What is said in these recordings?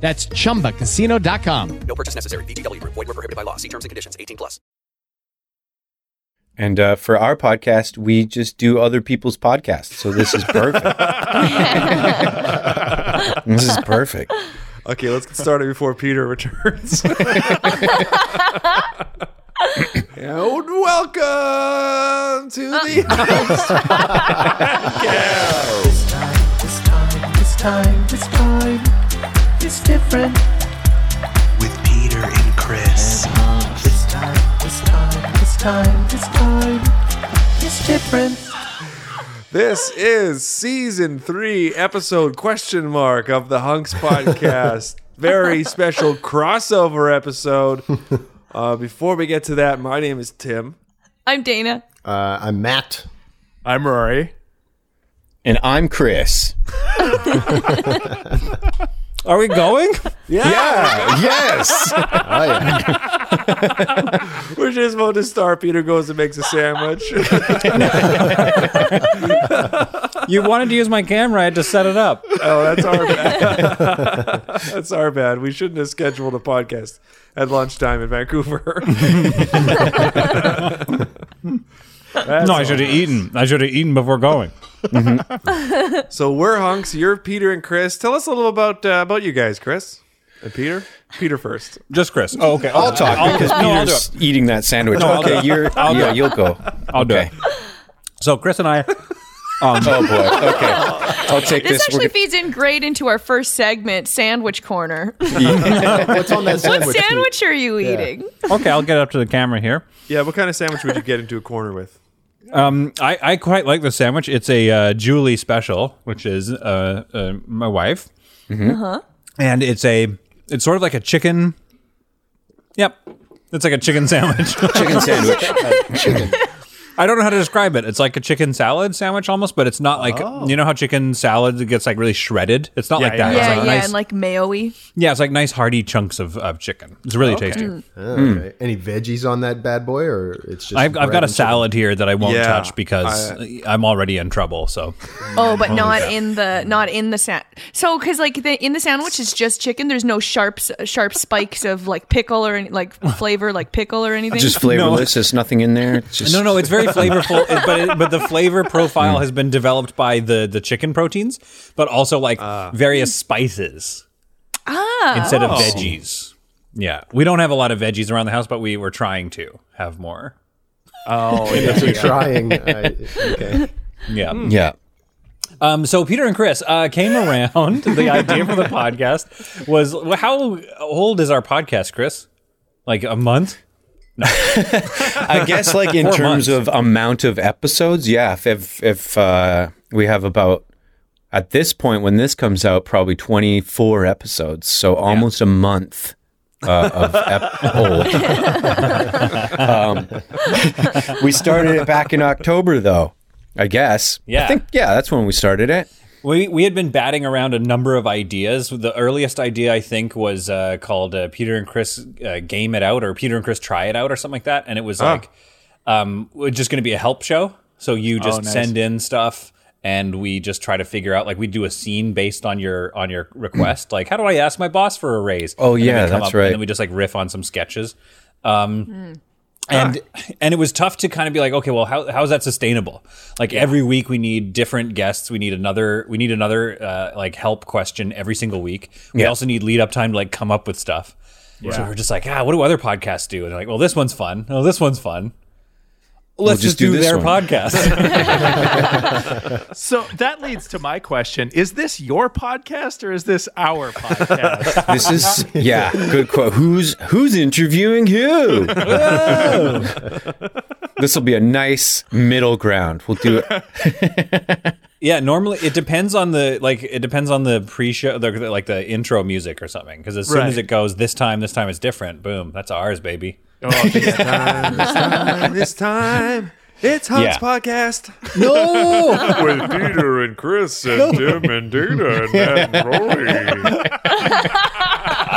That's ChumbaCasino.com. No purchase necessary. VGW Group. Void were prohibited by law. See terms and conditions. 18 plus. And uh, for our podcast, we just do other people's podcasts. So this is perfect. this is perfect. Okay, let's get started before Peter returns. and welcome to the This time, this time, this time, it's different. with Peter and Chris. This time, this time, this time, this time, it's different. This is season three, episode question mark of the Hunks podcast. Very special crossover episode. Uh, before we get to that, my name is Tim. I'm Dana. Uh, I'm Matt. I'm Rory. And I'm Chris. Are we going? Yeah. yes. Oh, yeah. We're just about to start. Peter goes and makes a sandwich. you wanted to use my camera. I had to set it up. oh, that's our bad. that's our bad. We shouldn't have scheduled a podcast at lunchtime in Vancouver. no, I should have eaten. I should have eaten before going. so we're hunks. You're Peter and Chris. Tell us a little about uh, about you guys, Chris and Peter. Peter first. Just Chris. Oh, okay. I'll talk because no, I'll do Peter's it. eating that sandwich. I'll do okay, it. you're I'll do yeah, it. you'll go. I'll do okay. it. So Chris and I. um, Oh boy. Okay. I'll take This this. actually feeds in great into our first segment, Sandwich Corner. What's on that sandwich? Pete? Sandwich are you eating? Okay, I'll get up to the camera here. Yeah, what kind of sandwich would you get into a corner with? Um, I, I quite like the sandwich. It's a uh, Julie special, which is uh, uh, my wife, Mm-hmm. and it's a it's sort of like a chicken. Yep, it's like a chicken sandwich. chicken sandwich. I don't know how to describe it. It's like a chicken salad sandwich almost, but it's not like you know how chicken salad gets like really shredded. It's not like that. Oh. yeah, it's yeah, like nice, Mm-hmm. and like mayo-y. yeah, it's like nice hearty chunks of, of chicken. It's really Mm. tasty. Mm. Oh, okay. Any veggies on that bad boy, or it's just? Hmm. I've, I've bread got a and chicken? salad here that I won't Yeah, touch because I'm already in trouble. So Oh, but not in the not in the sa- so because like the, in the sandwich it's just chicken. There's no sharp s- sharp spikes of like pickle or any, like flavor like pickle or anything. Just flavorless. There's nothing in there. It's just no, no, it's very flavorful, it- but it, but the Mm. flavor profile has been developed by the the chicken proteins, but also like Ah. various spices instead Oh. of veggies. Yeah, we don't have a lot of veggies around the house, but we were trying to have more. You're trying. I, okay. Yeah. Yeah. Um, so Peter and Chris uh, came around. the idea for the podcast was well, how old is our podcast, Chris? Like a month? I guess like in Four terms months. of amount of episodes, yeah. If if, if uh, we have about at this point when this comes out, probably twenty four episodes, so almost a month uh, of ep- old. um, we started it back in October, though. I guess. I Yeah. think yeah, that's when we started it. We we had been batting around a number of ideas. The earliest idea I think was uh, called uh, Peter and Chris uh, game it out, or Peter and Chris try it out, or something like that. And it was like um, we're just going to be a help show. So Oh, you just send in stuff, and we just try to figure out. Like we do a scene based on your on your request. like how do I ask my boss for a raise? Oh, And then yeah, we come that's up, right. And then we just like riff on some sketches. Um, and and it was tough to kind of be like okay well how, how is that sustainable like every week we need different guests we need another we need another uh, like help question every single week we also need lead up time to like come up with stuff So we're just like, ah, what do other podcasts do? And they're like, well, this one's fun. Oh, this one's fun. Let's We'll just just, do do, this their one. podcast. so that leads to my question: Is this your podcast or is this our podcast? This is yeah, good quote. Who's who's interviewing who? Whoa. this will be a nice middle ground. We'll do it. yeah, normally it depends on the like it depends on the pre-show, the, the- like the intro music or something. Because as soon as Right. it goes, this time, this time is different. Boom, that's ours, baby. Oh, This time, this time, it's Hunt's Yeah. podcast. No! with Peter and Chris and Tim and Dana and Matt and Rory.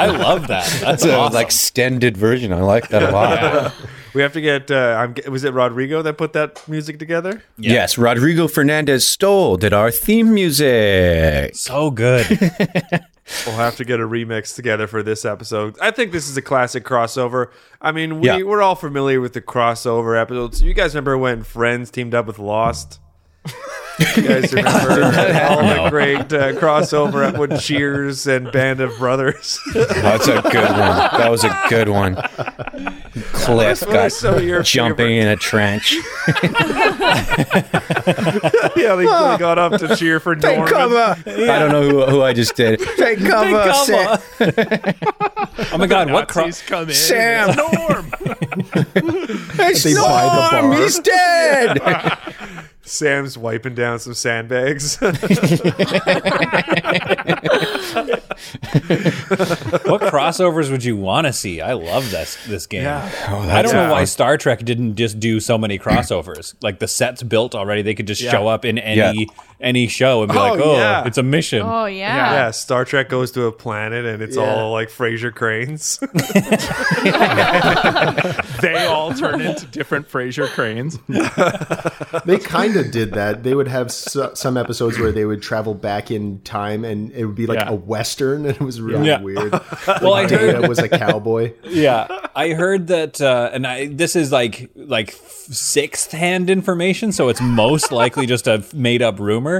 I love that. That's a like extended version. I like that a lot. We have to get. Uh, I'm, ge- was it Rodrigo that put that music together? Yes, Rodrigo Fernandez Stoll did our theme music. So good. We'll have to get a remix together for this episode. I think this is a classic crossover. I mean, we, Yeah. we're all familiar with the crossover episodes. You guys remember when Friends teamed up with Lost? You guys remember all the No. great uh, crossover ep- with Cheers and Band of Brothers? That's a good one. That was a good one. Cliff What are some of your got jumping in a trench. yeah, they, they got up to cheer for Norman. I don't know who, who I just did. Take cover, Sam. oh my god, what cro- come in. Sam. They buy the bar. He's dead. Sam's wiping down some sandbags. what crossovers would you want to see? I love this this game. Yeah. Oh, I that's don't know why fun. Star Trek didn't just do so many crossovers. like the sets built already, they could just Yeah. show up in any Yeah. any show and be Oh, like, "Oh, yeah. it's a mission." Oh yeah. yeah, Star Trek goes to a planet and it's Yeah. all like Fraser Cranes. they all turn into different Fraser cranes. they kind of did that. They would have so, some episodes where they would travel back in time, and it would be like Yeah. a western, and it was really Yeah. weird. Well, like I heard- Data was a cowboy. yeah, I heard that, uh, and I this is like like sixth hand information, so it's most likely just a made up rumor.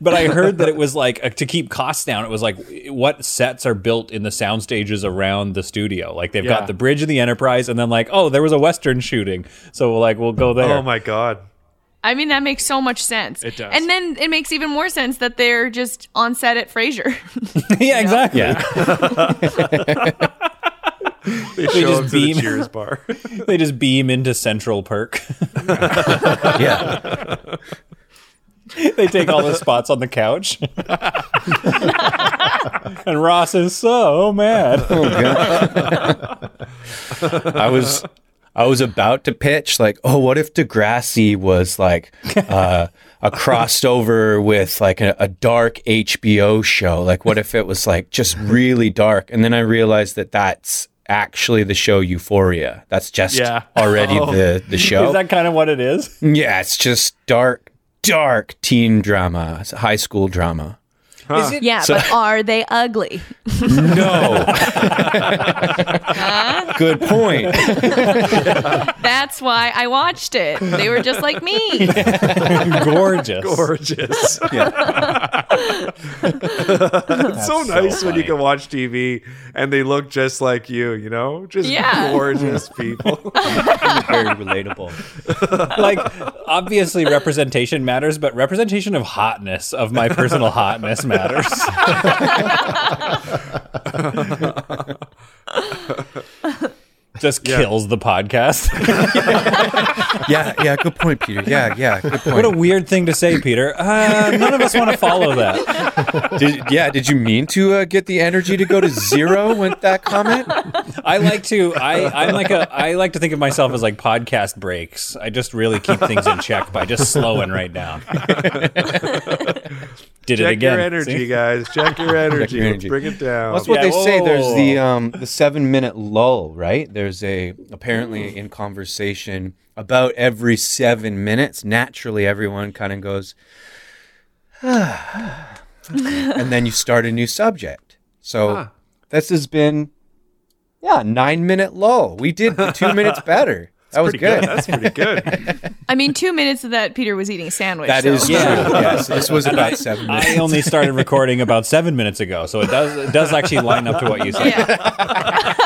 But I heard that it was like uh, to keep costs down. It was like what sets are built in the sound stages around the studio. Like they've Yeah. got the bridge of the Enterprise, and then like oh, there was a Western shooting, so like we'll go there. Oh my god. I mean, that makes so much sense. It does. And then it makes even more sense that they're just on set at Frasier. yeah, exactly. They, show just up to the beam. Cheers bar. they just beam into Central Perk. Yeah. they take all the spots on the couch. and Ross is so mad. I was I was about to pitch like, oh, what if Degrassi was like uh, a crossed over with like a, a dark HBO show? Like, what if it was like just really dark? And then I realized that that's actually the show Euphoria. That's just Yeah. already the the show. Oh. Is that kind of what it is? yeah, it's just dark, dark teen drama, It's high school drama. Is it yeah, but are they ugly? No. Good point. That's why I watched it. They were just like me. gorgeous? Gorgeous. it's so so nice when you funny. can watch TV and they look just like you, you know? Just Yeah. gorgeous people. Very relatable. like, obviously, representation matters, but representation of hotness, of my personal hotness, matters. Just kills the podcast. Yeah, yeah, good point, Peter. Yeah, yeah, good point. what a weird thing to say, Peter. Uh, none of us want to follow that. Did, yeah, did you mean to uh, get the energy to go to zero with that comment? I like to. I I'm like a. I like to think of myself as like podcast breaks. I just really keep things in check by just slowing right down. Did it Check again. your energy, see? guys. Check your energy. energy. Bring it down. That's what Yeah, they say. whoa. There's the um, the seven minute lull, right? There's a apparently in conversation about every seven minutes. Naturally, everyone kind of goes, and then you start a new subject. So this has been, yeah, nine minute lull. We did the two minutes better. That was good. That's pretty good. I mean, two minutes of that, Peter was eating sandwich. That so- is true. Yes, this was about seven minutes. I only started recording about seven minutes ago, so it does it does actually line up to what you said. Yeah.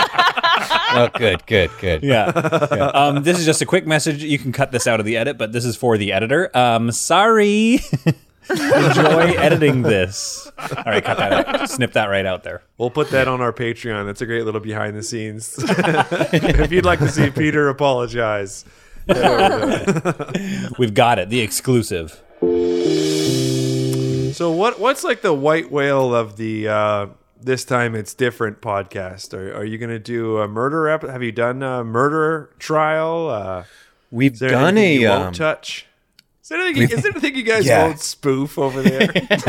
Oh, good, good, good. Yeah. Yeah. Um, this is just a quick message. You can cut this out of the edit, but this is for the editor. Um, sorry. Enjoy editing this. All right, cut that out. Snip that right out there. We'll put that on our Patreon. That's a great little behind the scenes. if you'd like to see Peter apologize, head over there. We've got it. The exclusive. So what what's like the white whale of the uh, this time it's different podcast? Are, are you going to do a murder ep? Have you done a murder trial? Uh, We've is there done anything a you um, won't touch. Is there anything? Is there anything you guys Yeah. won't spoof over there? Is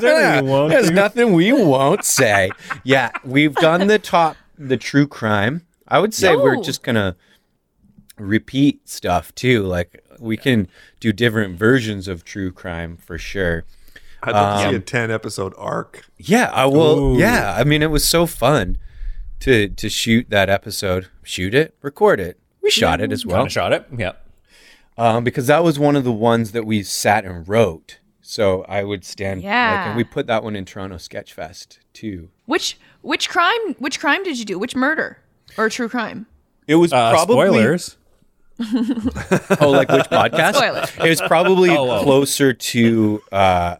there anything There's nothing we won't say. Yeah, we've done the top, the true crime. I would say we're No. just gonna repeat stuff too. Like we can do different versions of true crime for sure. I'd love to see Um, a ten episode arc. Yeah, I will. Ooh. Yeah, I mean, it was so fun to to shoot that episode, shoot it, record it. We shot it as well. Kinda shot it. Yep. Um, because that was one of the ones that we sat and wrote. So I would stand. like, Yeah. and we put that one in Toronto Sketch Fest too. Which which crime which crime did you do? Which murder or true crime? It was Uh, probably spoilers. oh, like which podcast? Spoilers. It was probably Oh, oh. closer to. Uh,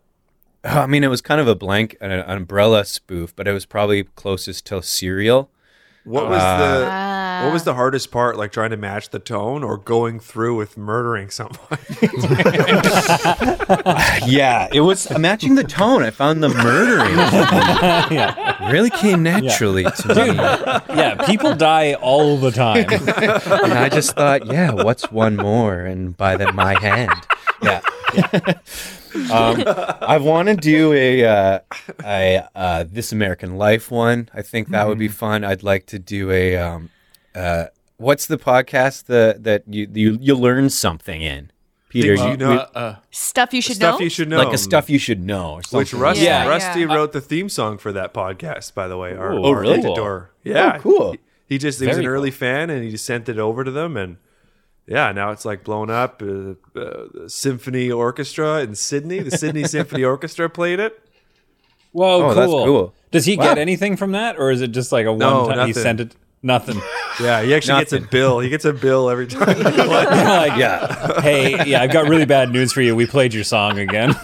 I mean, it was kind of a blank, an, an umbrella spoof, but it was probably closest to Serial. What was Uh, the What was the hardest part? Like trying to match the tone or going through with murdering someone? yeah, it was matching the tone. I found the murdering Yeah. really came naturally to me. Dude, yeah, people die all the time. and I just thought, yeah, what's one more? And by the, my hand. Yeah. um, I want to do a, uh, a uh, This American Life one. I think that Mm. would be fun. I'd like to do a um, uh, what's the podcast that that you you, you learn something in, Peter? Did you we- know- Stuff you should Stuff know. you should know, like a stuff you should know, or something. Which Rusty Yeah. Rusty Yeah. wrote the theme song for that podcast, by the way. Our, Ooh, oh, our really? editor. Cool. Yeah, Oh, cool. He, he just he was an Very early fan, and he just sent it over to them, and yeah, now it's like blown up. Uh, uh, the symphony orchestra in Sydney, the Sydney Symphony Orchestra played it. Whoa, Oh, cool. that's cool. Does he Wow. get anything from that, or is it just like a one No, time he nothing. sent it? Nothing. Yeah, he actually gets a bill. He gets a bill every time. like, yeah. Hey, yeah, I've got really bad news for you. We played your song again.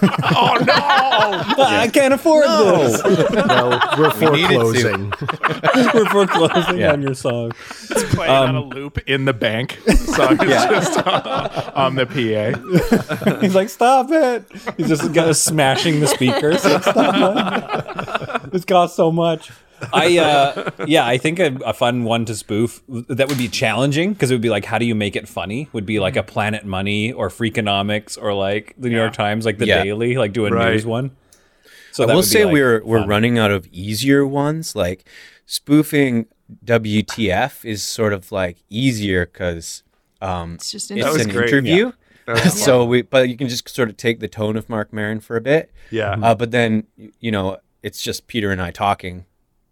I can't afford Oh, this. no, we're We needed to. foreclosing. We're foreclosing Yeah. on your song. It's playing on a loop in the bank. The song is Um, Yeah. just on, on the PA. He's like, stop it. He's just got smashing the speakers. Like, stop it. This costs so much. I uh, yeah, I think a, a fun one to spoof that would be challenging because it would be like, how do you make it funny? Would be like a Planet Money or Freakonomics or like the New York Times, like the Mm. Yeah. Daily, like do a Right. news one. So I that will would be, say like, we're we're running out of easier ones. Like spoofing WTF is sort of like easier because um, it's just That was an great. interview. Yeah. That was so we, but you can just sort of take the tone of Mark Maron for a bit. Yeah. Uh, but then y- you know it's just Peter and I talking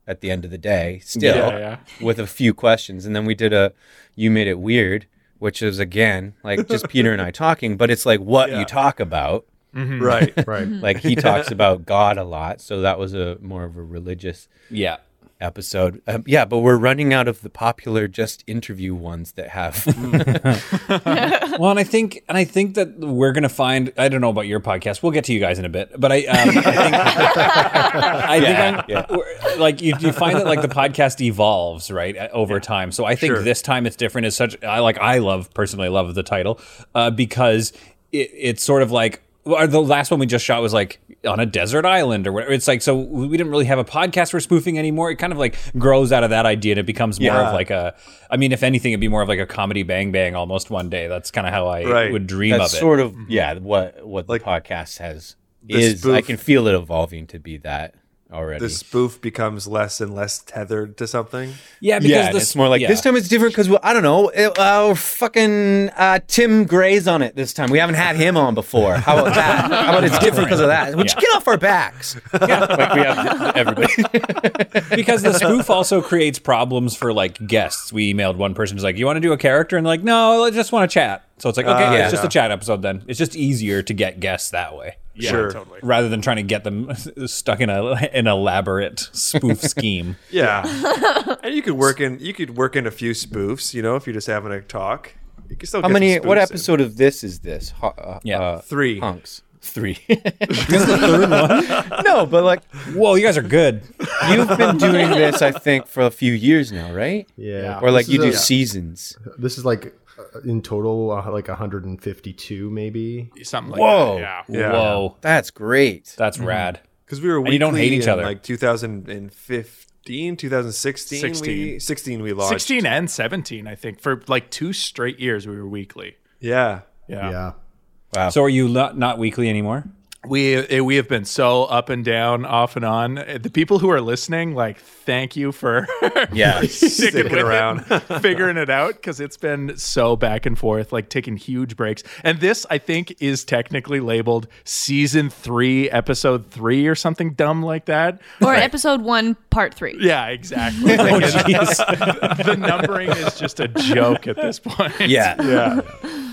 at the end of the day still Yeah, yeah. with a few questions, and then we did a you made it weird, which is again like just Peter and I talking, but it's like what you talk about Mm-hmm. Mhm. Right, right. like he talks about God a lot, so that was a more of a religious yeah episode. Um, yeah, but we're running out of the popular just interview ones that have Mm. well, and I think, and I think that we're gonna find. I don't know about your podcast. We'll get to you guys in a bit, but I, um, I think, I Yeah, think I'm, we're- like you, you find that like the podcast evolves right uh, over time. So I think Sure. this time it's different. Is such I like I love personally love the title uh, because it, it's sort of like. Well, the last one we just shot was like on a desert island or whatever. It's like, so we didn't really have a podcast we're spoofing anymore. It kind of like grows out of that idea and it becomes more Yeah. of like a, I mean, if anything, it'd be more of like a comedy bang bang almost one day. That's kind of how I I Right. would dream That's of it. sort of Mm-hmm. yeah what what the podcast has the is. I spoof- can feel it evolving to be that already. the spoof becomes less and less tethered to something. yeah, yeah, and it's more like this time it's different because I don't know. It, uh, fucking uh, Tim Gray's on it this time. We haven't had him on before. How about that? How about it's different because of that? Would you get off our backs? Yeah, like we have everybody. because the spoof also creates problems for like guests. We emailed one person who's like, "You want to do a character?" and they're like, "No, I just want to chat." So it's like, Ah, okay, yeah. it's just a chat episode then. It's just easier to get guests that way. Yeah, Sure. totally. Rather than trying to get them stuck in a an elaborate spoof scheme. Yeah, and you could work in you could work in a few spoofs. You know, if you're just having a talk, you can still. How get some many? What spoofs in. episode of this is this? Ho- uh, Yeah. uh, Three. hunks. Three. no, but like, whoa, you guys are good. You've been doing this, I think, for a few years now, right? Yeah. Or like This you is do a- seasons. This is like uh, in total uh, like 152 maybe something. Whoa. Whoa. That's great. Mm. That's rad. Because we were And you don't weekly hate each in, other. like 2015, 2016. 16. We, 16. 16 we launched. 16 and 17, I think, for like two straight years we were weekly. Yeah. Yeah. Wow. So are you not, not weekly anymore? We eh, we have been so up and down, off and on. Eh, The people who are listening, like, thank you for Yeah. sticking Sticking with it, around. figuring it out because it's been so back and forth, like taking huge breaks. And this, I think, is technically labeled season three, episode three, or something dumb like that. Or episode one, part three. Yeah, exactly. Oh, the the numbering is just a joke at this point. Yeah. Yeah.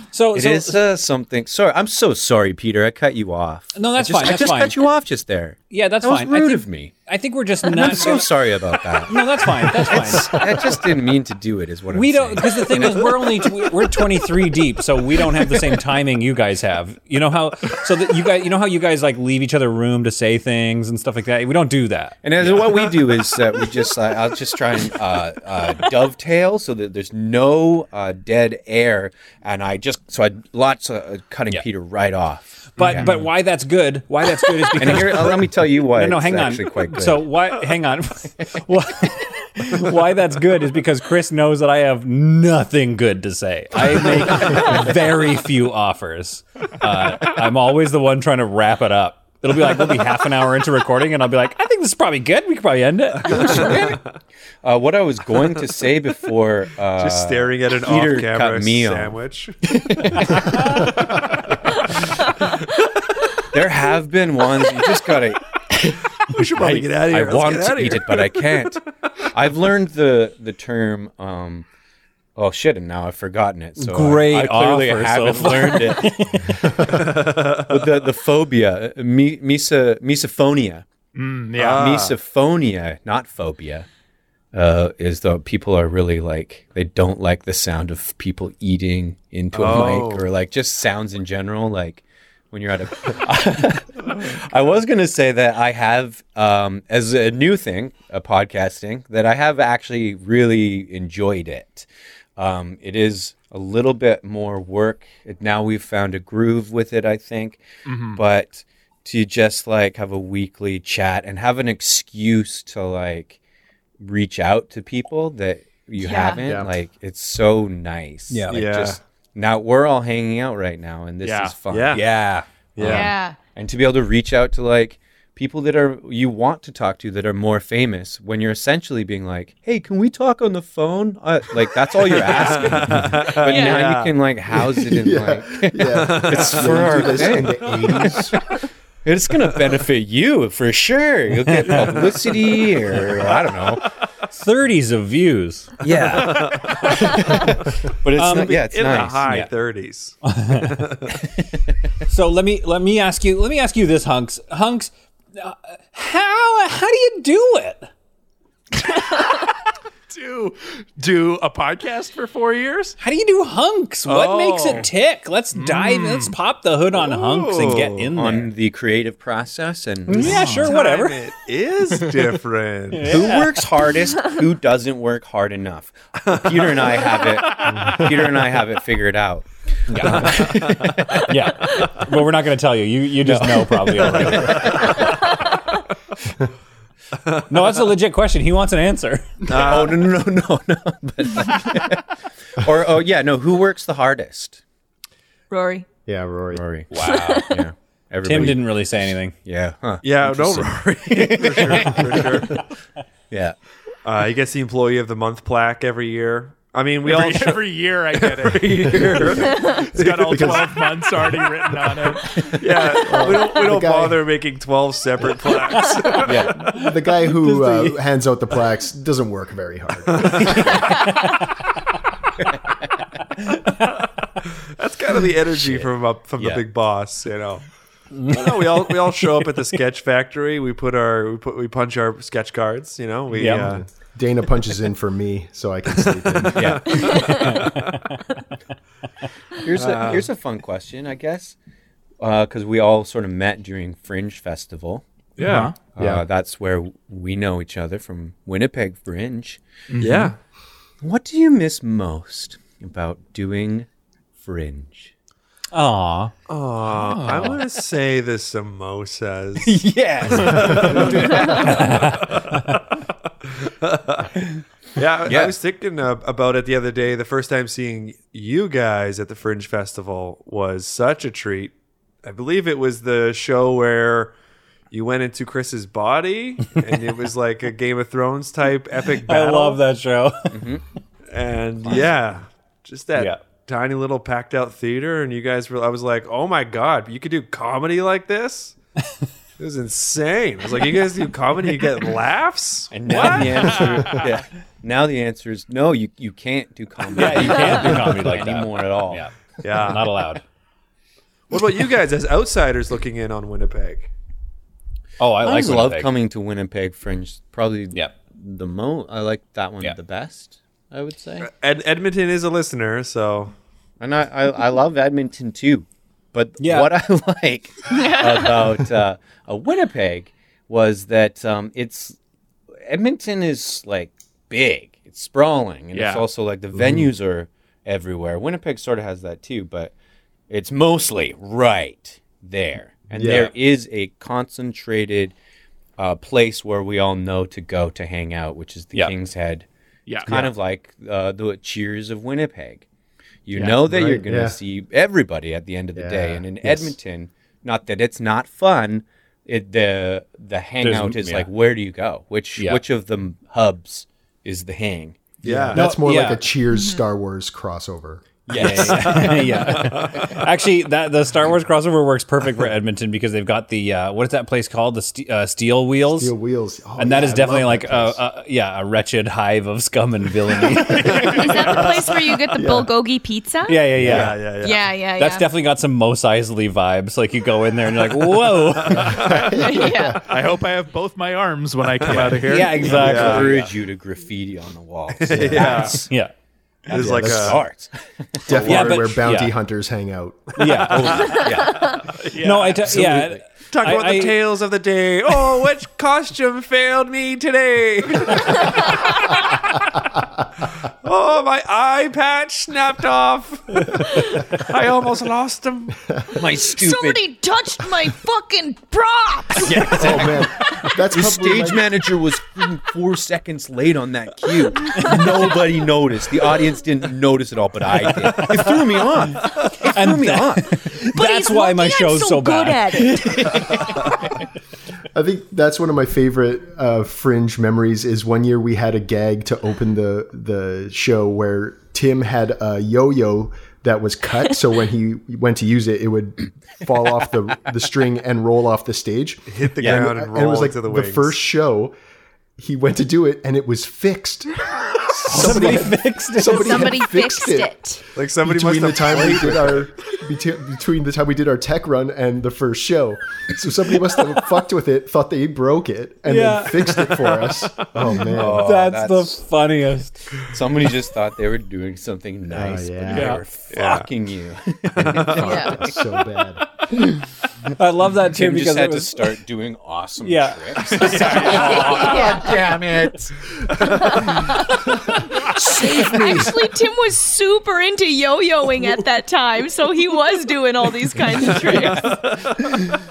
So it so- is uh, something. Sorry, I'm so sorry, Peter. I cut you off. No, that's I just, fine, I that's just fine. cut you off just there. Yeah, that's that was fine. Rude I think, of me. I think we're just And not. I'm so sorry about that. no, that's fine. That's fine. I just didn't mean to do it. Is what we I'm don't because the thing is we're only tw- we're 23 deep so we don't have the same timing you guys have you know how so that you guys you know how you guys like leave each other room to say things and stuff like that we don't do that And as what we do is that we just, uh, I'll just try and uh, uh, dovetail so that there's no uh, dead air. And I just, so I lots of uh, cutting Peter right off. but Yeah. but why that's good why that's good is because and here, uh, let me tell you why. no no it's hang on actually quite good. so why hang on why, why that's good is because Chris knows that I have nothing good to say I make very few offers uh, I'm always the one trying to wrap it up it'll be like we'll be half an hour into recording and I'll be like I think this is probably good we could probably end it uh, what I was going to say before, uh, Just staring at an Peter off-camera cut me off. sandwich. There have been ones you just gotta. We should probably get out of I here. Let's want get out to of eat here. it, but I can't. I've learned the the term. Um, oh shit! And now I've forgotten it. So I- Great I, clearly offer so haven't far. learned it. But the the phobia, uh, me, misa, misophonia, Mm, yeah. misophonia, not phobia. Uh, is though people are really like they don't like the sound of people eating into a Oh. mic or like just sounds in general like when you're at a I was going to say that I have, um, as a new thing, a podcasting, that I have actually really enjoyed it. Um, it is a little bit more work. It, now we've found a groove with it, I think. But to just like have a weekly chat and have an excuse to like reach out to people that you Yeah. haven't, Yeah. like it's so nice. Yeah. Like, Yeah. Just, now we're all hanging out right now and this Yeah. is fun Yeah. yeah Yeah. and to be able to reach out to like people that are you want to talk to that are more famous when you're essentially being like hey can we talk on the phone uh, like that's all you're asking but Yeah. now Yeah. you can like house it in like yeah it's Yeah, for we our do this in thing. the 80s it's gonna benefit you for sure you'll get publicity or i don't know 30s of views yeah Um, but it's not yeah it's in nice the high yeah. 30s. So let me let me ask you let me ask you this, Hunks. Hunks, uh, how how do you do it? do do a podcast for four years? How do you do Hunks? What Oh. makes it tick? Let's dive. Hmm. Let's pop the hood on Hunks and get in there. on the creative process and Mm, yeah, sure, whatever. It is different. Who works hardest? Who doesn't work hard enough? Peter and I have it. Peter and I have it figured out. Yeah, but we're not going to tell you. You you just know probably already. no, that's a legit question. He wants an answer. oh no no no no no! But, or oh yeah no. Who works the hardest? Rory. yeah rory Rory. Wow. Yeah. Everybody. Tim didn't really say anything. Yeah. Huh. Yeah, no Interesting. Rory. for sure, for sure. Yeah. Uh, he gets the Employee of the Month plaque every year. I mean, we all Every, every year I get it. It's got all 12 months already written on it. yeah, we don't, we The don't guy- bother making 12 separate plaques. Yeah. the guy who uh, hands out the plaques doesn't work very hard That's kind of the energy from up from Yeah. the big boss, you know. Well, no, we all we all show up at the sketch factory. We put our we put we punch our sketch cards. You know, we Yeah. uh, Dana punches in for me so I can sleep in. here's a Uh, here's a fun question, I guess, because Uh, we all sort of met during Fringe Festival. Yeah. Uh, Uh-huh. Yeah. That's where we know each other from Winnipeg Fringe. Mhm. Yeah. What do you miss most about doing Fringe? Aw. Aw, I want to say the samosas. Yes. yeah, I Yeah. was thinking uh, about it the other day. The first time seeing you guys at the Fringe Festival was such a treat. I believe it was the show where you went into Chris's body, and it was like a Game of Thrones type epic I battle. love that show. and yeah, just that Yeah. tiny little packed out theater. And you guys were, I was like, oh my God, you could do comedy like this? It was insane. I was like, you guys do comedy, you get laughs? And now the answer, yeah, now the answer is no. You you can't do comedy. Yeah, you can't do comedy like that. anymore at all. Yeah. Yeah. Not allowed. What about you guys as outsiders looking in on Winnipeg? Oh, I, I like always love Winnipeg. coming to Winnipeg Fringe. Probably the most. I like that one the best. I would say. Ed- Edmonton is a listener, so and I I, I love Edmonton too, but Yeah. what I like about uh, uh, Winnipeg was that um, it's Edmonton is like big, it's sprawling, and Yeah. it's also like the Mhm. venues are everywhere. Winnipeg sort of has that too, but it's mostly right there, and Yeah. there is a concentrated uh, place where we all know to go to hang out, which is the King's Head. Yeah. It's kind Yeah. of like uh, the Cheers of Winnipeg. You Yeah. know that you're Right, going to yeah. see everybody at the end of the day, Yeah. and in Yes. Edmonton, not that it's not fun. It, the the hangout is yeah. like where do you go? Which Yeah. which of the m- hubs is the hang? That's No, more yeah. like a Cheers Star Wars crossover. Yes. yeah. Actually, that the Star Wars crossover works perfect for Edmonton because they've got the uh, what is that place called? The ste uh, steel wheels. Steel wheels. Oh, and that yeah, is I definitely love like a, a yeah a wretched hive of scum and villainy. Is that the place where you get the Yeah. bulgogi pizza? yeah, yeah, yeah, yeah. Yeah, yeah, That's yeah. definitely got some Mos Eisley vibes. Like you go in there and you're like, whoa. yeah. I hope I have both my arms when I come out of here. Yeah, exactly. I encourage you to graffiti on the wall. That's- yeah. Yeah, that's like a that's start. Definitely Yeah, but- where bounty yeah. hunters hang out. Yeah. No, I t- yeah. Talk I- about the I- tales of the day. Oh, which costume failed me today? oh, my eye patch snapped off. I almost lost him. My Somebody touched my fucking props. Oh man, that's the probably stage like- manager was freaking four seconds late on that cue. Nobody noticed. The audience didn't notice at all, but I did. It threw me off. It threw me off. But That's he's why my lucky I'm show's so, so good bad. at it. I think that's one of my favorite uh, fringe memories. Is one year we had a gag to open the the show where Tim had a yo-yo that was cut, so when he went to use it, it would fall off the the string and roll off the stage, hit the ground and it was roll like into the The wings. first show, he went to do it and it was fixed. Somebody had- fixed it. Somebody, had Somebody fixed it. Like somebody between the must have time we played did with our bete- between the time we did our tech run and the first show. So somebody must have fucked with it, thought they broke it, and Yeah. then fixed it for us. Oh man, that's, the funniest. Oh, Somebody just thought they were doing something nice, yeah. but they Yeah. were fucking you. That's so bad. I love that too Tim because just it had to was, start doing awesome Yeah. tricks. God Oh, damn it. Actually, Tim was super into yo-yoing at that time, so he was doing all these kinds of tricks.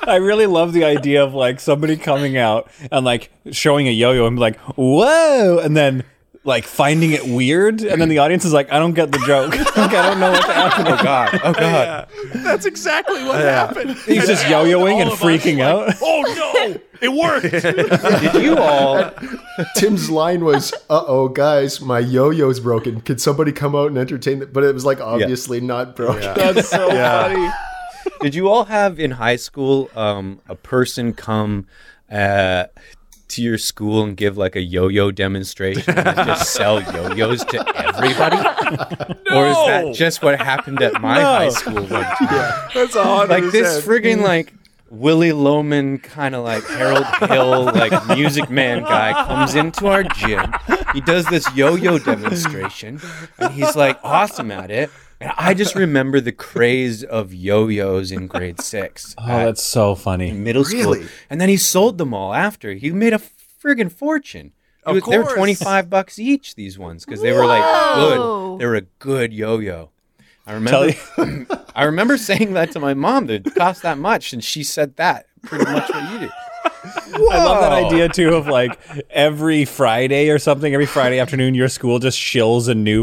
I really love the idea of like somebody coming out and like showing a yo-yo and be like, "Whoa!" and then like finding it weird, and then the audience is like, "I don't get the joke. like, I don't know what's happening." Oh god. Oh god. That's exactly what happened. He's just yo-yoing and All of us, freaking out. Oh no, it worked. Did you all Tim's line was, "Uh oh, guys, my yo-yo's broken. Could somebody come out and entertain it?" But it was like obviously not broken. That's so Yeah. funny. Did you all have in high school um, a person come uh, to your school and give like a yo-yo demonstration and just sell yo-yos to everybody? Or is that just what happened at my No. high school one time? That's a hundred Like percent. this Mm. friggin' like Willie Loman kind of like Harold Hill, like Music Man guy comes into our gym. He does this yo-yo demonstration, and he's like awesome at it. And I just remember the craze of yo-yos in grade six. Oh, that's so funny. Middle school, Really? and then he sold them all after. He made a friggin' fortune. It Of was- they were course. twenty-five bucks each. These ones because they were like Whoa. good. They were a good yo-yo. I remember. I remember saying that to my mom. That it cost that much, and she said that pretty much what you do. I love that Whoa. idea too of like every Friday or something. Every Friday afternoon, your school just shills a new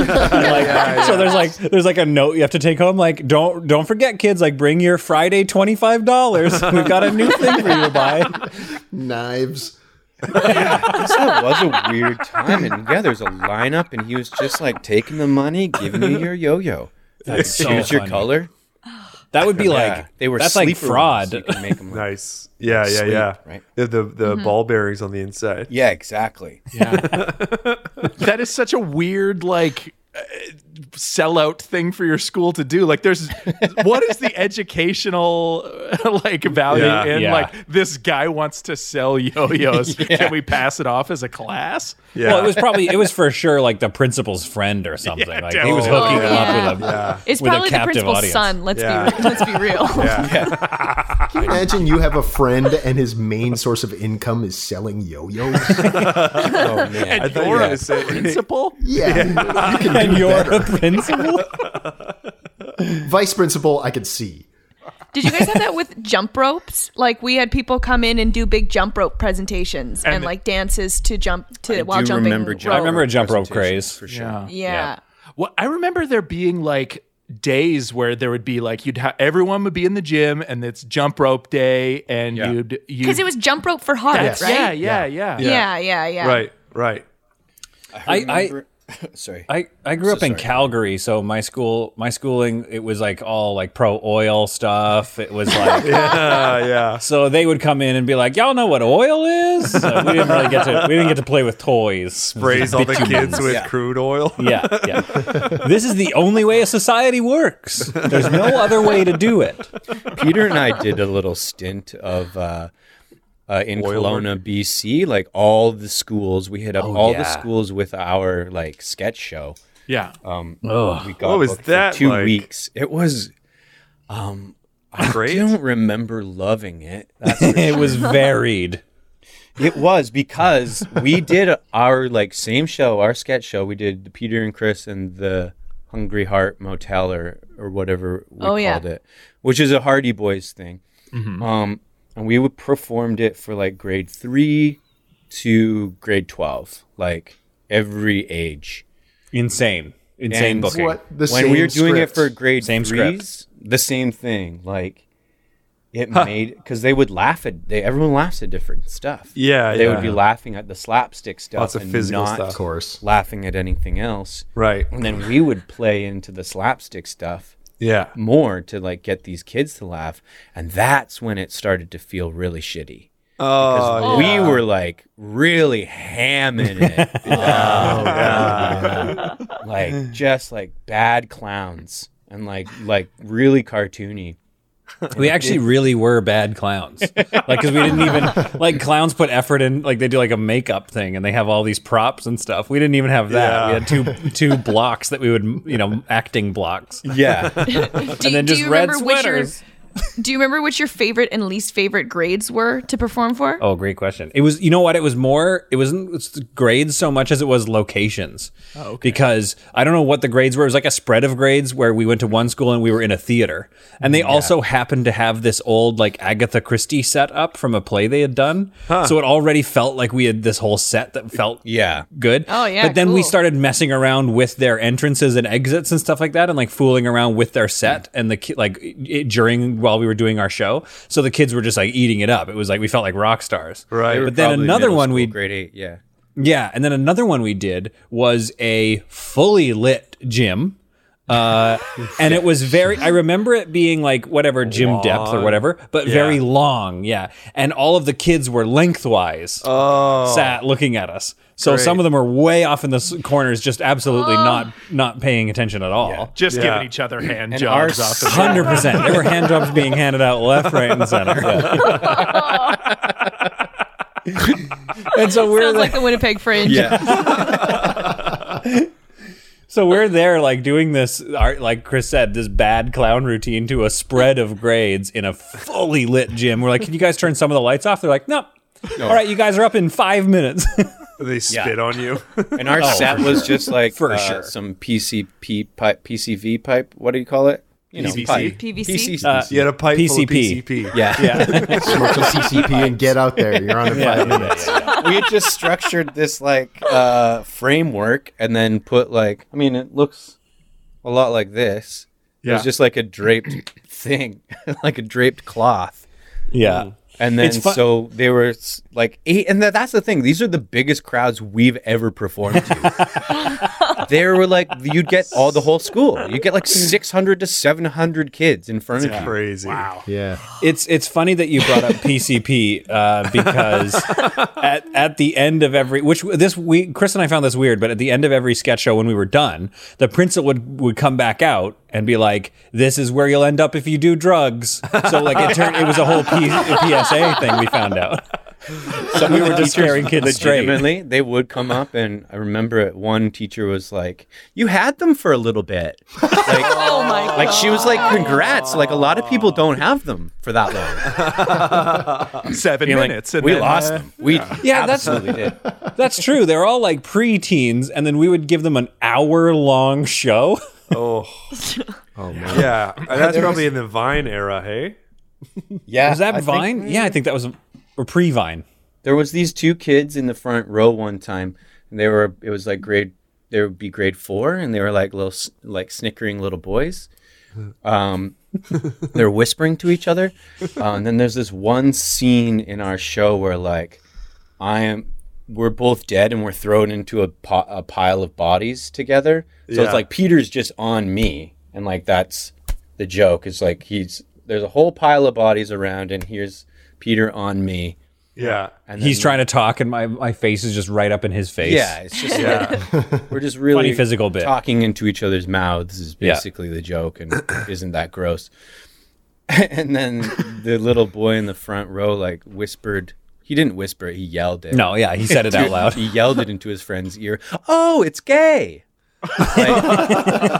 And, like, So there's like there's like a note you have to take home. Like don't don't forget, kids. Like bring your Friday twenty five dollars. We've got a new thing for you to buy. Knives. Guess that was a weird time, and yeah, there's a lineup, and he was just like taking the money, giving you your yo-yo. That's so choose your funny. color. That would be Yeah, like they were that's like sleeper ones. fraud. You could make 'em, like, Nice. Yeah, yeah, sleep, yeah. Right. The the, the Mhm. ball bearings on the inside. Yeah, exactly. Yeah. that is such a weird like uh, sellout thing for your school to do. Like there's what is the educational uh, like value Yeah. in Yeah. like this guy wants to sell yo-yos. Yeah. Can we pass it off as a class? Well, it was probably it was for sure like the principal's friend or something. Yeah, like he was definitely. hooking Oh, him yeah. up with a Yeah. It's with a probably the captive principal's audience. son. Let's Yeah. be let's be real. Can you imagine you have a friend and his main source of income is selling yo-yos? oh man, And I thought you're you a had- principal? Yeah, you can and do you're a better. principal. Vice principal, I could see. Did you guys have that with jump ropes? Like we had people come in and do big jump rope presentations and, And- like dances to jump to while do jumping. remember jump I rope. remember a jump rope craze. for sure. Yeah. Yeah. Well, I remember there being like days where there would be like you'd ha- everyone would be in the gym and it's jump rope day and you'd you Because it was jump rope for heart, Yes. right? Yeah, yeah, yeah. Yeah, yeah, yeah. Right, right. I, I sorry. I, I grew up in Calgary, so my school my schooling it was like all like pro oil stuff. It was like Yeah, yeah. So they would come in and be like, "Y'all know what oil is?" So we didn't really get to we didn't get to play with toys. Sprays all the kids with crude oil. Yeah, yeah. this is the only way a society works. There's no other way to do it. Peter and I did a little stint of uh, uh, in Kelowna, BC. Like all the schools, we hit up Oh, all the yeah. schools with our like sketch show. Yeah. Um, Ugh. we got What was booked for that two like? weeks. It was. Um, I don't remember loving it. That's for It was sure. varied. It was because we did our like same show, our sketch show. We did the Peter and Chris and the Hungry Heart Motel or or whatever we Oh, called yeah. it, which is a Hardy Boys thing. Mm-hmm. Mhm. Um, and we would- performed it for like grade three to grade twelve, like every age. Insane, insane And booking. What? The when we same were doing it script. for grade Same script. threes, the same thing. Like it made because they would laugh at they everyone laughs at different stuff. Yeah, they yeah. would be laughing at the slapstick stuff, Lots of and physical not stuff. Of course. laughing at anything else. Right. and then we would play into the slapstick stuff. Yeah. more to like get these kids to laugh, and that's when it started to feel really shitty. Oh, we yeah. were like really hamming it, Oh, Yeah. Um, like just like bad clowns and like like really cartoony. We actually really were bad clowns. Like, because we didn't even, like, clowns put effort in, like, they do, like, a makeup thing and they have all these props and stuff. We didn't even have that. We had two two blocks that we would, you know, acting blocks. Yeah. and Do, then do just you red remember which your- sweaters. do you remember what your favorite and least favorite grades were to perform for? Oh, great question. It was, you know what? It was more, it wasn't it's the grades so much as it was locations. Oh, Because I don't know what the grades were. It was like a spread of grades where we went to one school and we were in a theater. And Mm, they also happened to have this old, like, Agatha Christie set up from a play they had done. Huh. So it already felt like we had this whole set that felt yeah good. Oh, yeah, But then we cool. started messing around with their entrances and exits and stuff like that, and like fooling around with their set and the ki- like it, during while we were doing our show. So the kids were just like eating it up. It was like we felt like rock stars. They were But then probably another middle one school, we grade eight, yeah. yeah, and then another one we did was a fully lit gym. Uh, and it was very, I remember it being like whatever, gym depth or Long. whatever, but Yeah. very long. Yeah. And all of the kids were lengthwise Oh. sat looking at us. So Great. some of them are way off in the s- corners, just absolutely not not paying attention at all. Just Yeah. giving each other hand And jobs ours- off of 100%. There were hand jobs being handed out left, right, and center. and so Sounds we're there- like the Winnipeg Fringe. so we're there, like doing this, our- like Chris said, this bad clown routine to a spread of grades in a fully lit gym. We're like, can you guys turn some of the lights off? They're like, no. No. All right, you guys are up in five minutes. they spit on you. And our Oh, set for was sure. just like For uh, sure. some PCP pipe, PCV pipe. What do you call it? You know, PVC? pipe. PVC? PCC. Uh, You had a pipe full of PCP. PCP. Yeah. Yeah. Smoke some PCP and get out there. You're on a Yeah, five yeah, minutes. yeah, yeah. We had just structured this like uh, framework and then put like, I mean, it looks a lot like this. It Yeah. was just like a draped thing, like a draped cloth. Yeah. And then It's fu- so they were s- like eight, and tha- that's the thing. These are the biggest crowds we've ever performed to. there were like you'd get all the whole school. You get like six hundred to seven hundred kids in front of That's you. Crazy. Wow. Yeah. It's it's funny that you brought up PCP uh, because at at the end of every which this we Chris and I found this weird, but at the end of every sketch show when we were done, the principal would would come back out and be like, "This is where you'll end up if you do drugs." So like it turned it was a whole P- PSA thing we found out. So we were just scaring kids straight. Legitimately, they would come up, and I remember it, one teacher was like, "You had them for a little bit." Like, oh my Like she was like, "Congrats!" Like a lot of people don't have them for that long. Seven Being like, minutes, and we then, lost uh, them. We Yeah, that's absolutely did. that's true. They're all like preteens, and then we would give them an hour long show. Oh, oh man. Yeah, and that's There was- probably in the Vine era, hey? Yeah, was that I think- Vine? yeah, I think that was or pre Vine. There was these two kids in the front row one time, and they were it was like grade they would be grade four, and they were like little s- like snickering little boys. Um, they're whispering to each other, uh, and then there's this one scene in our show where like I am we're both dead and we're thrown into a, po- a pile of bodies together. So Yeah. it's like Peter's just on me, and like that's the joke. Is like he's there's a whole pile of bodies around, and here's Peter on me. Yeah. And He's then- trying to talk, and my, my face is just right up in his face. Yeah, it's just like, we're just really Funny physical bit. talking into each other's mouths is Yeah. basically the joke, and isn't that gross? and then the little boy in the front row like whispered. He didn't whisper. it, He yelled it. No, yeah, he said it out loud. he yelled it into his friend's ear. Oh, it's gay. Like,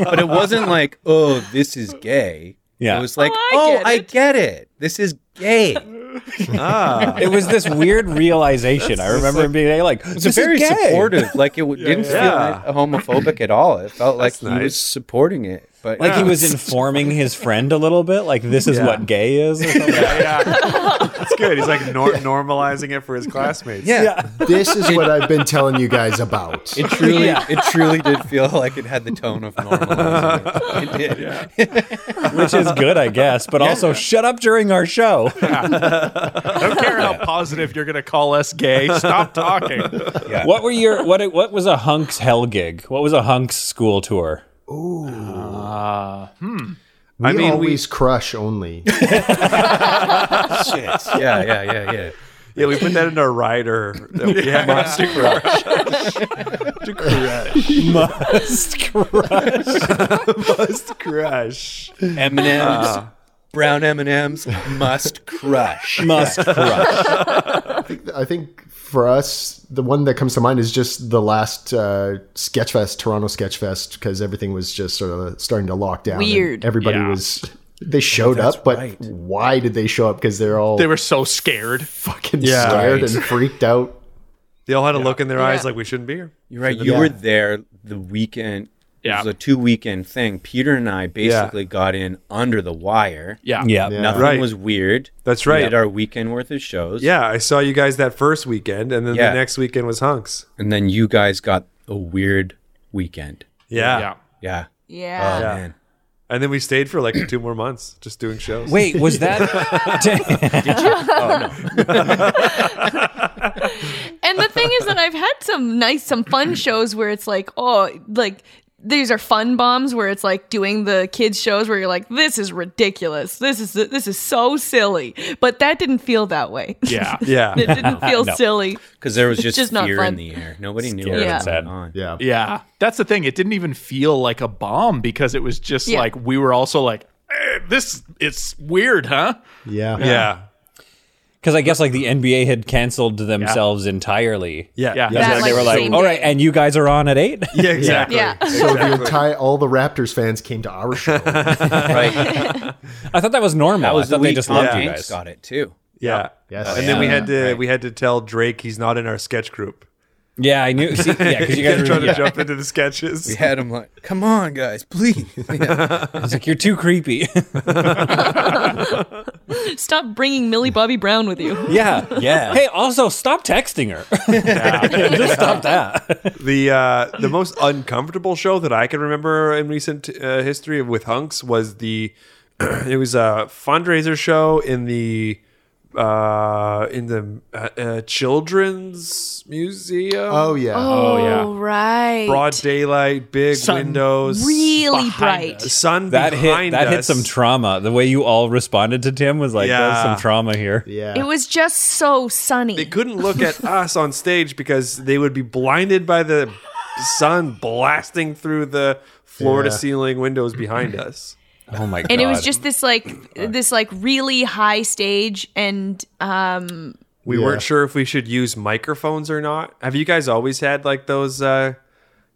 but it wasn't like, oh, this is gay. Yeah. It was like, oh, I get, it. This is gay. ah. It was this weird realization. I It's remember like- being like, It was "This is very gay." supportive. Like it w- didn't yeah. feel homophobic at all. It felt like That's he nice. was supporting it. But Like he was informing his friend a little bit, like this is Yeah. what gay is. Or something. It's good. He's like nor- normalizing it for his classmates. This is what I've been telling you guys about. It truly, it truly did feel like it had the tone of normalizing it. It did. Which is good, I guess, but also shut up during our show. I don't care how positive you're going to call us gay. Stop talking. What were your what what was a hunks hell gig? What was a hunks school tour? Ooh. Ah. hmm. We I mean, we- always crush only. Shit. Yeah, yeah, yeah, yeah. Yeah, we put that in our rider that we had Monster Crush. to crush. Must crush. Must crush. M and Uh-huh. M's, Ah. brown M and M's, must crush. Must I think, I think for us, the one that comes to mind is just the last uh, Sketchfest, Toronto Sketchfest, because everything was just sort of starting to lock down. and Weird. Everybody Yeah. was. They showed up, but why did they show up? Because they're Oh. all They were so scared. fucking scared and freaked out. They all had a look in their eyes Yeah. like we shouldn't be here. You're right. Shouldn't You have were been there the weekend. Yeah. It was a two weekend thing. Peter and I basically got in under the wire. Yeah. Yeah. Nothing Right. was weird. That's We right. did our weekend worth of shows. Yeah, I saw you guys that first weekend, and then Yeah. the next weekend was Hunks. And then you guys got a weird weekend. Yeah. Yeah. Yeah. Yeah. Oh, Yeah. man. And then we stayed for like two more months just doing shows. Wait, was that? And the thing is that I've had some nice, some fun shows where it's like, oh, like these are fun bombs where it's like doing the kids shows where you're like this is ridiculous this is this is so silly but that didn't feel that way Yeah. Yeah. it didn't feel No. silly because there was It's just, not fear fun. in the air. Nobody knew Scared what and was sad. going on. Yeah, yeah. That's the thing. It didn't even feel like a bomb because it was just Yeah. like we were also like, eh, this it's weird, huh? Yeah. Yeah. Because I guess like the NBA had canceled themselves entirely. Yeah. Yeah. That's That, why like, they were same like, all right, and you guys are on at eight. Yeah, Yeah. So the entire all the Raptors fans came to our show. Oh, right. I thought that was normal. That was the I thought they week just Tom loved you Hanks guys. got it too. Yeah. Yes. And then we Yeah. had to we had to tell Drake he's not in our sketch group. Yeah, I knew. See, yeah, because He you guys kept were trying to yeah. jump into the sketches. We had him like, come on, guys, please. Yeah. I was like, you're too creepy. stop bringing millie bobby brown with you yeah. Yeah. Hey, also stop texting her. Just stop that. the uh, the most uncomfortable show that I can remember in recent uh, history of with hunks was the it was a fundraiser show in the uh in the uh, uh, children's museum Oh, yeah. oh, right broad daylight big windows really bright sun That hit. behind That hit us. some trauma. The way you all responded to Tim was like, there's Yeah. some trauma here. Yeah. it was just so sunny they couldn't look at us on stage because they would be blinded by the sun blasting through the floor to Yeah. ceiling windows behind us Oh my god. and it was just this like this like really high stage and um We Yeah. weren't sure if we should use microphones or not. Have you guys always had like those uh,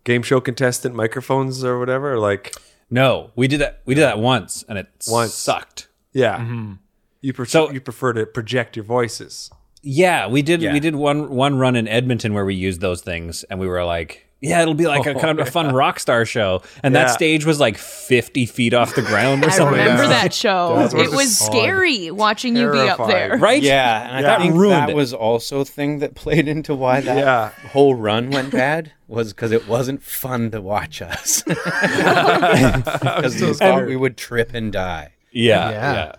game show contestant microphones or whatever? Like, no, we did that. We did that once, and it sucked. Mm-hmm. Yeah, you prefer you prefer to project your voices. Yeah, we did. Yeah. We did one one run in Edmonton where we used those things, and we were like, "Yeah, it'll be like a Oh, kind of a fun rock star show." And that Yeah. stage was like fifty feet off the ground or I something. remember that show. That it was was odd. scary watching you be up there. Right? Yeah, and I That think ruined that it. was also a thing that played into why that Yeah. whole run went bad was because it wasn't fun to watch us. Because so we thought scared. we would trip and die. Yeah, Yeah. yeah.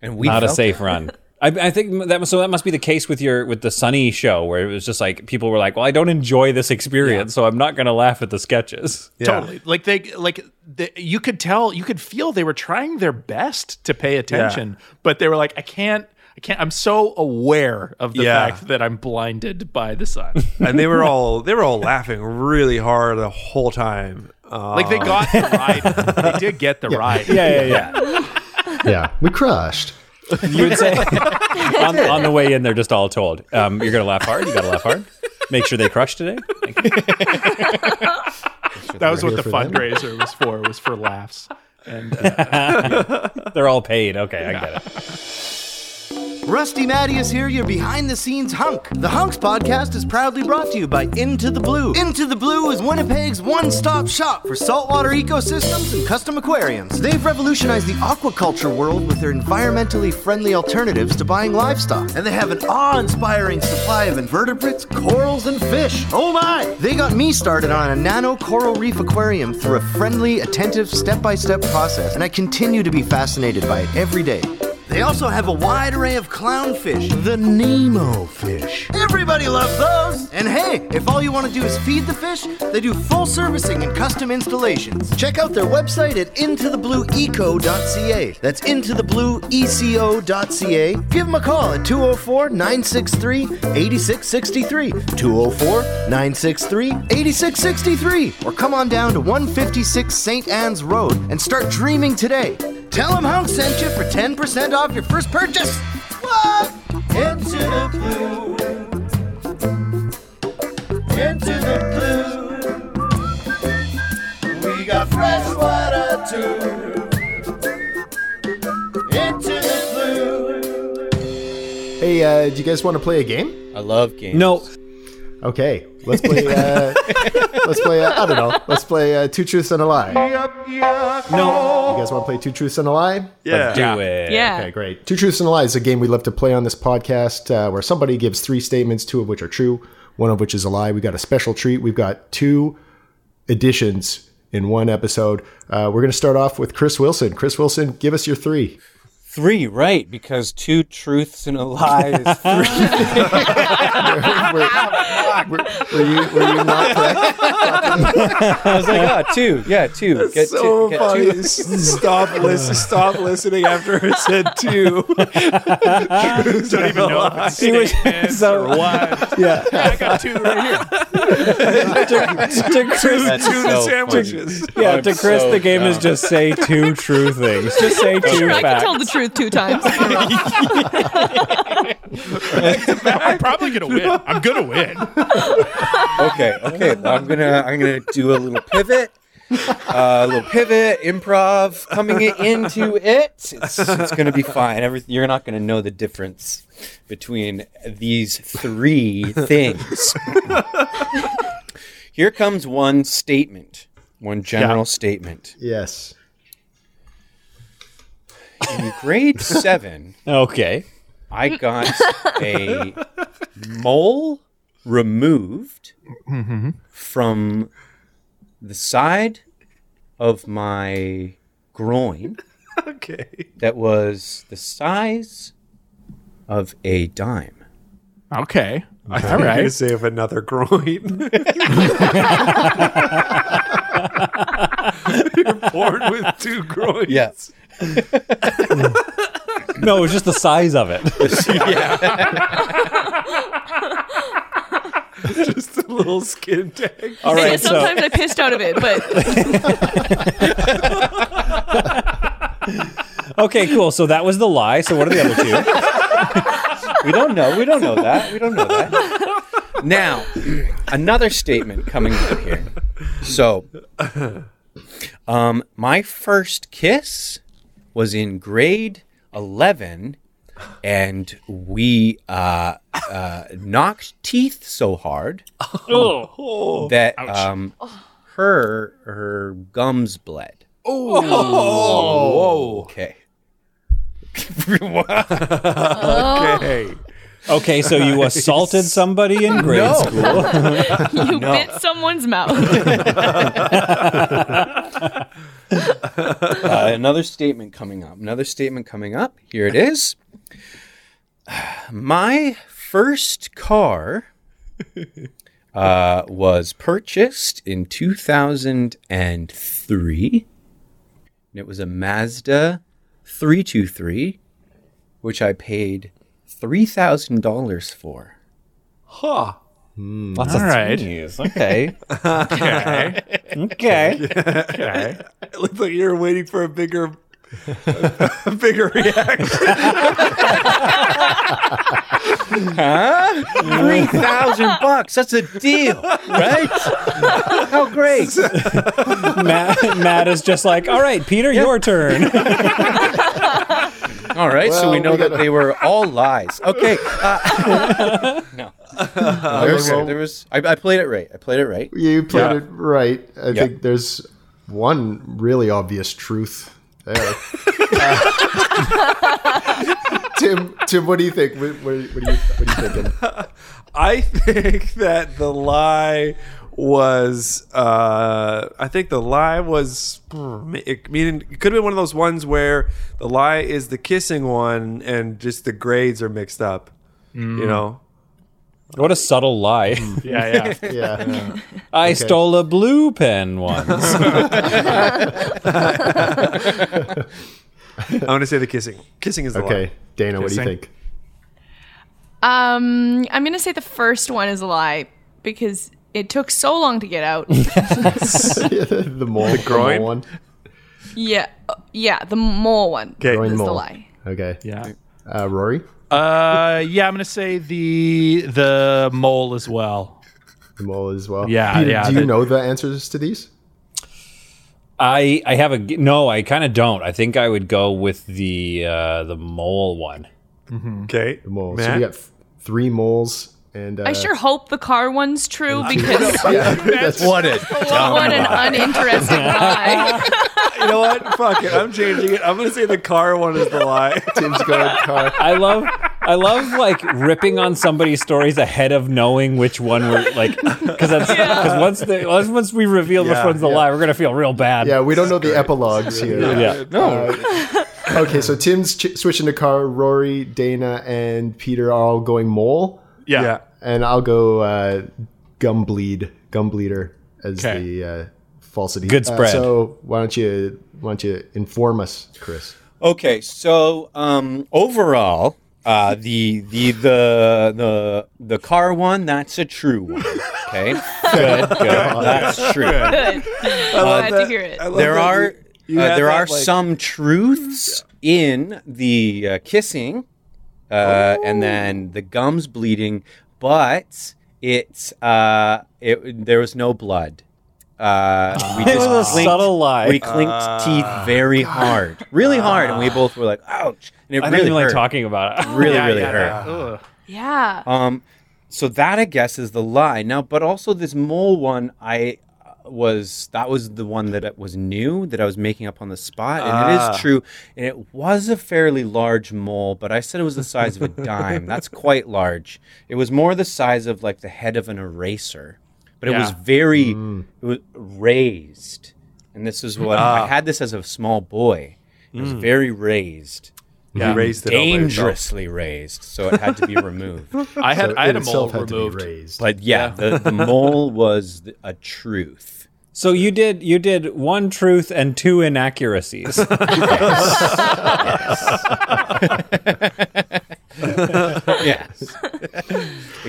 And we not a felt safe that. run. I, I think that so that must be the case with your with the Sunny show where it was just like people were like, "Well, I don't enjoy this experience, so I'm not going to laugh at the sketches." Totally. Like they like the, you could tell, you could feel they were trying their best to pay attention, but they were like, I can't I can't I'm so aware of the Yeah. fact that I'm blinded by the sun. And they were all they were all laughing really hard the whole time. Uh, like they got the ride. They did get the ride. Yeah, yeah, yeah, we crushed. You would say on, on the way in, they're just all told, um, "You're going to laugh hard. You got to laugh hard. Make sure they crush today." That was We're what here the for them. fundraiser was for, was for laughs. And uh, They're all paid. Okay, I get it. Rusty Maddie is here, your behind the scenes hunk. The Hunks podcast is proudly brought to you by Into the Blue. Into the Blue is Winnipeg's one stop shop for saltwater ecosystems and custom aquariums. They've revolutionized the aquaculture world with their environmentally friendly alternatives to buying livestock. And they have an awe inspiring supply of invertebrates, corals, and fish. Oh my! They got me started on a nano coral reef aquarium through a friendly, attentive, step by step process, and I continue to be fascinated by it every day. They also have a wide array of clownfish, the Nemo fish. Everybody loves those! And hey, if all you want to do is feed the fish, they do full servicing and custom installations. Check out their website at intotheblueeco.ca. That's intotheblueeco.ca. Give them a call at 204 963 8663. 204 963 8663. Or come on down to 156 St. Anne's Road and start dreaming today. Tell them Hunk sent you for 10% off your first purchase. What? Into the blue. Into the blue. We got fresh water too. Into the blue. Hey, uh, do you guys want to play a game? I love games. No. Okay, let's play. Uh, let's play. Uh, I don't know. Let's play uh, two truths and a lie. No. You guys want to play Two Truths and a Lie? Let's do it. Okay, great. Two Truths and a Lie is a game we love to play on this podcast uh, where somebody gives three statements, two of which are true, one of which is a lie. We got a special treat. We've got two editions in one episode. Uh, we're going to start off with Chris Wilson. Chris Wilson, give us your three. Three, right? Because two truths and a lie is three. Were you, were you not correct? I was like, oh, two. Yeah, two. That's get so two. Get funny. two. stop, listen, stop listening after it said two. Don't even know if it's He was- so- Yeah. I got two right here. to Chris, That's Tuna so sandwiches. funny. Yeah, I'm to Chris, so the game is dumb. just say two true things. Just say two Sure, I can facts. tell the truth two times. I'm probably gonna win. I'm gonna win. okay, okay. I'm gonna I'm gonna do a little pivot, uh, a little pivot, improv coming i- into it. It's, it's gonna be fine. Every, you're not gonna know the difference between these three things. Here comes one statement, one general statement. Yes. In grade seven, okay, I got a mole removed Mhm. from the side of my groin Okay. that was the size of a dime. Okay. I thought you were gonna say of another groin. You're born with two groins. Yes. no, it was just the size of it. Just a little skin tag. All Yeah, right, so- sometimes I pissed out of it, but Okay, cool. So that was the lie. So what are the other two? we don't know. We don't know that. We don't know that. Now, another statement coming up here. So, um, my first kiss was in grade 11, and we uh, uh, knocked teeth so hard Oh. that Ouch. um, her her gums bled. Oh. Whoa. Okay. okay. Okay, so you assaulted somebody in grade No. school. you bit someone's mouth. Uh, another statement coming up. Another statement coming up. Here it is. My first car uh, was purchased in 2003. And it was a Mazda 323, which I paid $3,000 for. Huh. Ah. Hmm. Lots of All right. threes. Okay. Okay. Okay. okay. It looked like you were waiting for a bigger, a bigger reaction. huh? Three thousand bucks. That's a deal, right? How great! Matt, Matt is just like, all right, Peter, your turn. All right, so we know that they were all lies. Okay. Uh, no. Uh, there, was, okay. there was- I, I played it right. I played it right. You played Yeah. it right. I Yeah. think there's one really obvious truth there. Uh, Tim, Tim, what do you think? What, what, are you- what, are, you, what are you thinking? I think that the lie was uh I think the lie was hmm, it, meaning it could have been one of those ones where the lie is the kissing one and just the grades are mixed up. You know? What a subtle lie. Yeah, yeah. Yeah. I Okay. stole a blue pen once. I'm gonna say the kissing. Kissing is the okay, lie. Dana, what do you Kissing. think? um, I'm gonna say the first one is a lie because it took so long to get out. the mole, the groin? mole one. yeah, uh, yeah, the mole one Groin is mole. the lie. Okay. Yeah. Uh, Rory, Uh, yeah, I'm gonna say the the mole as well. the mole as well. Yeah, Peter, yeah, Do you the- know the answers to these? I I have a g- no. I kind of don't. I think I would go with the uh, the mole one. Mm-hmm. Okay. The mole. So Matt? we got f- three moles and. Uh, I sure hope the car one's true because yeah, that's what it. what an uninteresting lie. you know what? Fuck it. I'm changing it. I'm gonna say the car one is the lie. Tim's going car. I love I love like ripping on somebody's stories ahead of knowing which one we're like because that's because once the once, once we reveal which Yeah, one's the yeah. lie, we're gonna feel real bad. Yeah, we don't know the epilogues here. Yeah. no. Uh, okay, so Tim's ch- switching to car. Rory, Dana, and Peter are all going mole. Yeah. Yeah. And I'll go uh, gum bleed, gum bleeder as the uh, falsity. Good Uh, spread. so why don't you why don't you inform us, Chris? Okay, so um, overall, uh, the the the the the car one that's a true one. Okay, good, good, that's true. Good. Uh, Glad to hear it. there are you uh, had there that, are like- some truths in the uh, kissing, uh, and then the gums bleeding, but it's uh, it there was no blood. Uh, we It just was a clinked- subtle lie. We clinked teeth very Ah. hard, really hard, and we both were like, "Ouch!" And it I don't really even like hurt. talking about it. really, Yeah, really yeah, hurt. yeah. Ugh. Yeah. Um, so that I guess is the lie now, but also this mole one, I uh, was that was the one that it was new that I was making up on the spot, and it Ah. is true, and it was a fairly large mole, but I said it was the size of a dime. That's quite large. It was more the size of like the head of an eraser, but it was Yeah. Mm. very it was raised, and this is what Ah. I had this as a small boy. It was Mm. very raised. You raised it all by yourself. dangerously raised, so it had to be removed. I had- So I had a it mole itself had to be removed. raised. But yeah, the, the mole was th- a truth. So you did you did one truth and two inaccuracies. yes.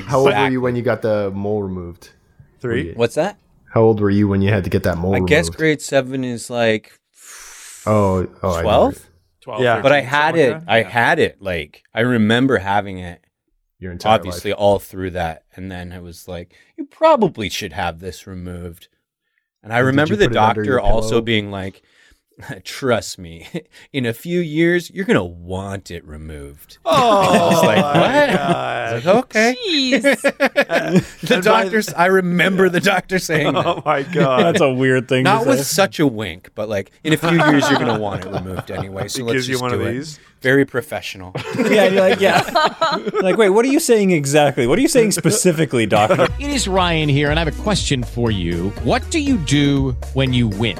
How old were you when you got the mole removed? Three. Were you- What's that? How old were you when you had to get that mole I removed? guess grade seven is like oh, oh, I remember. twelve. 12, Yeah. but I 13, had something it. like I had it. Like I remember having it. Your entire obviously all through that, and then it was like you probably should have this removed. And I And did remember you the put it under doctor your also pillow? being like, "Trust me, in a few years you're gonna want it removed." I was like, Oh my Oh "What?" I was like, okay. the doctor's. I remember the doctor saying, that. Oh my God. That's a weird thing to Not with say. such a wink, but like in a few years you're gonna want it removed anyway. So He let's gives you just one of do it. these? Very professional. yeah, you're like, yeah. like, wait, what are you saying exactly? What are you saying specifically, Doctor? It is Ryan here, and I have a question for you. What do you do when you win?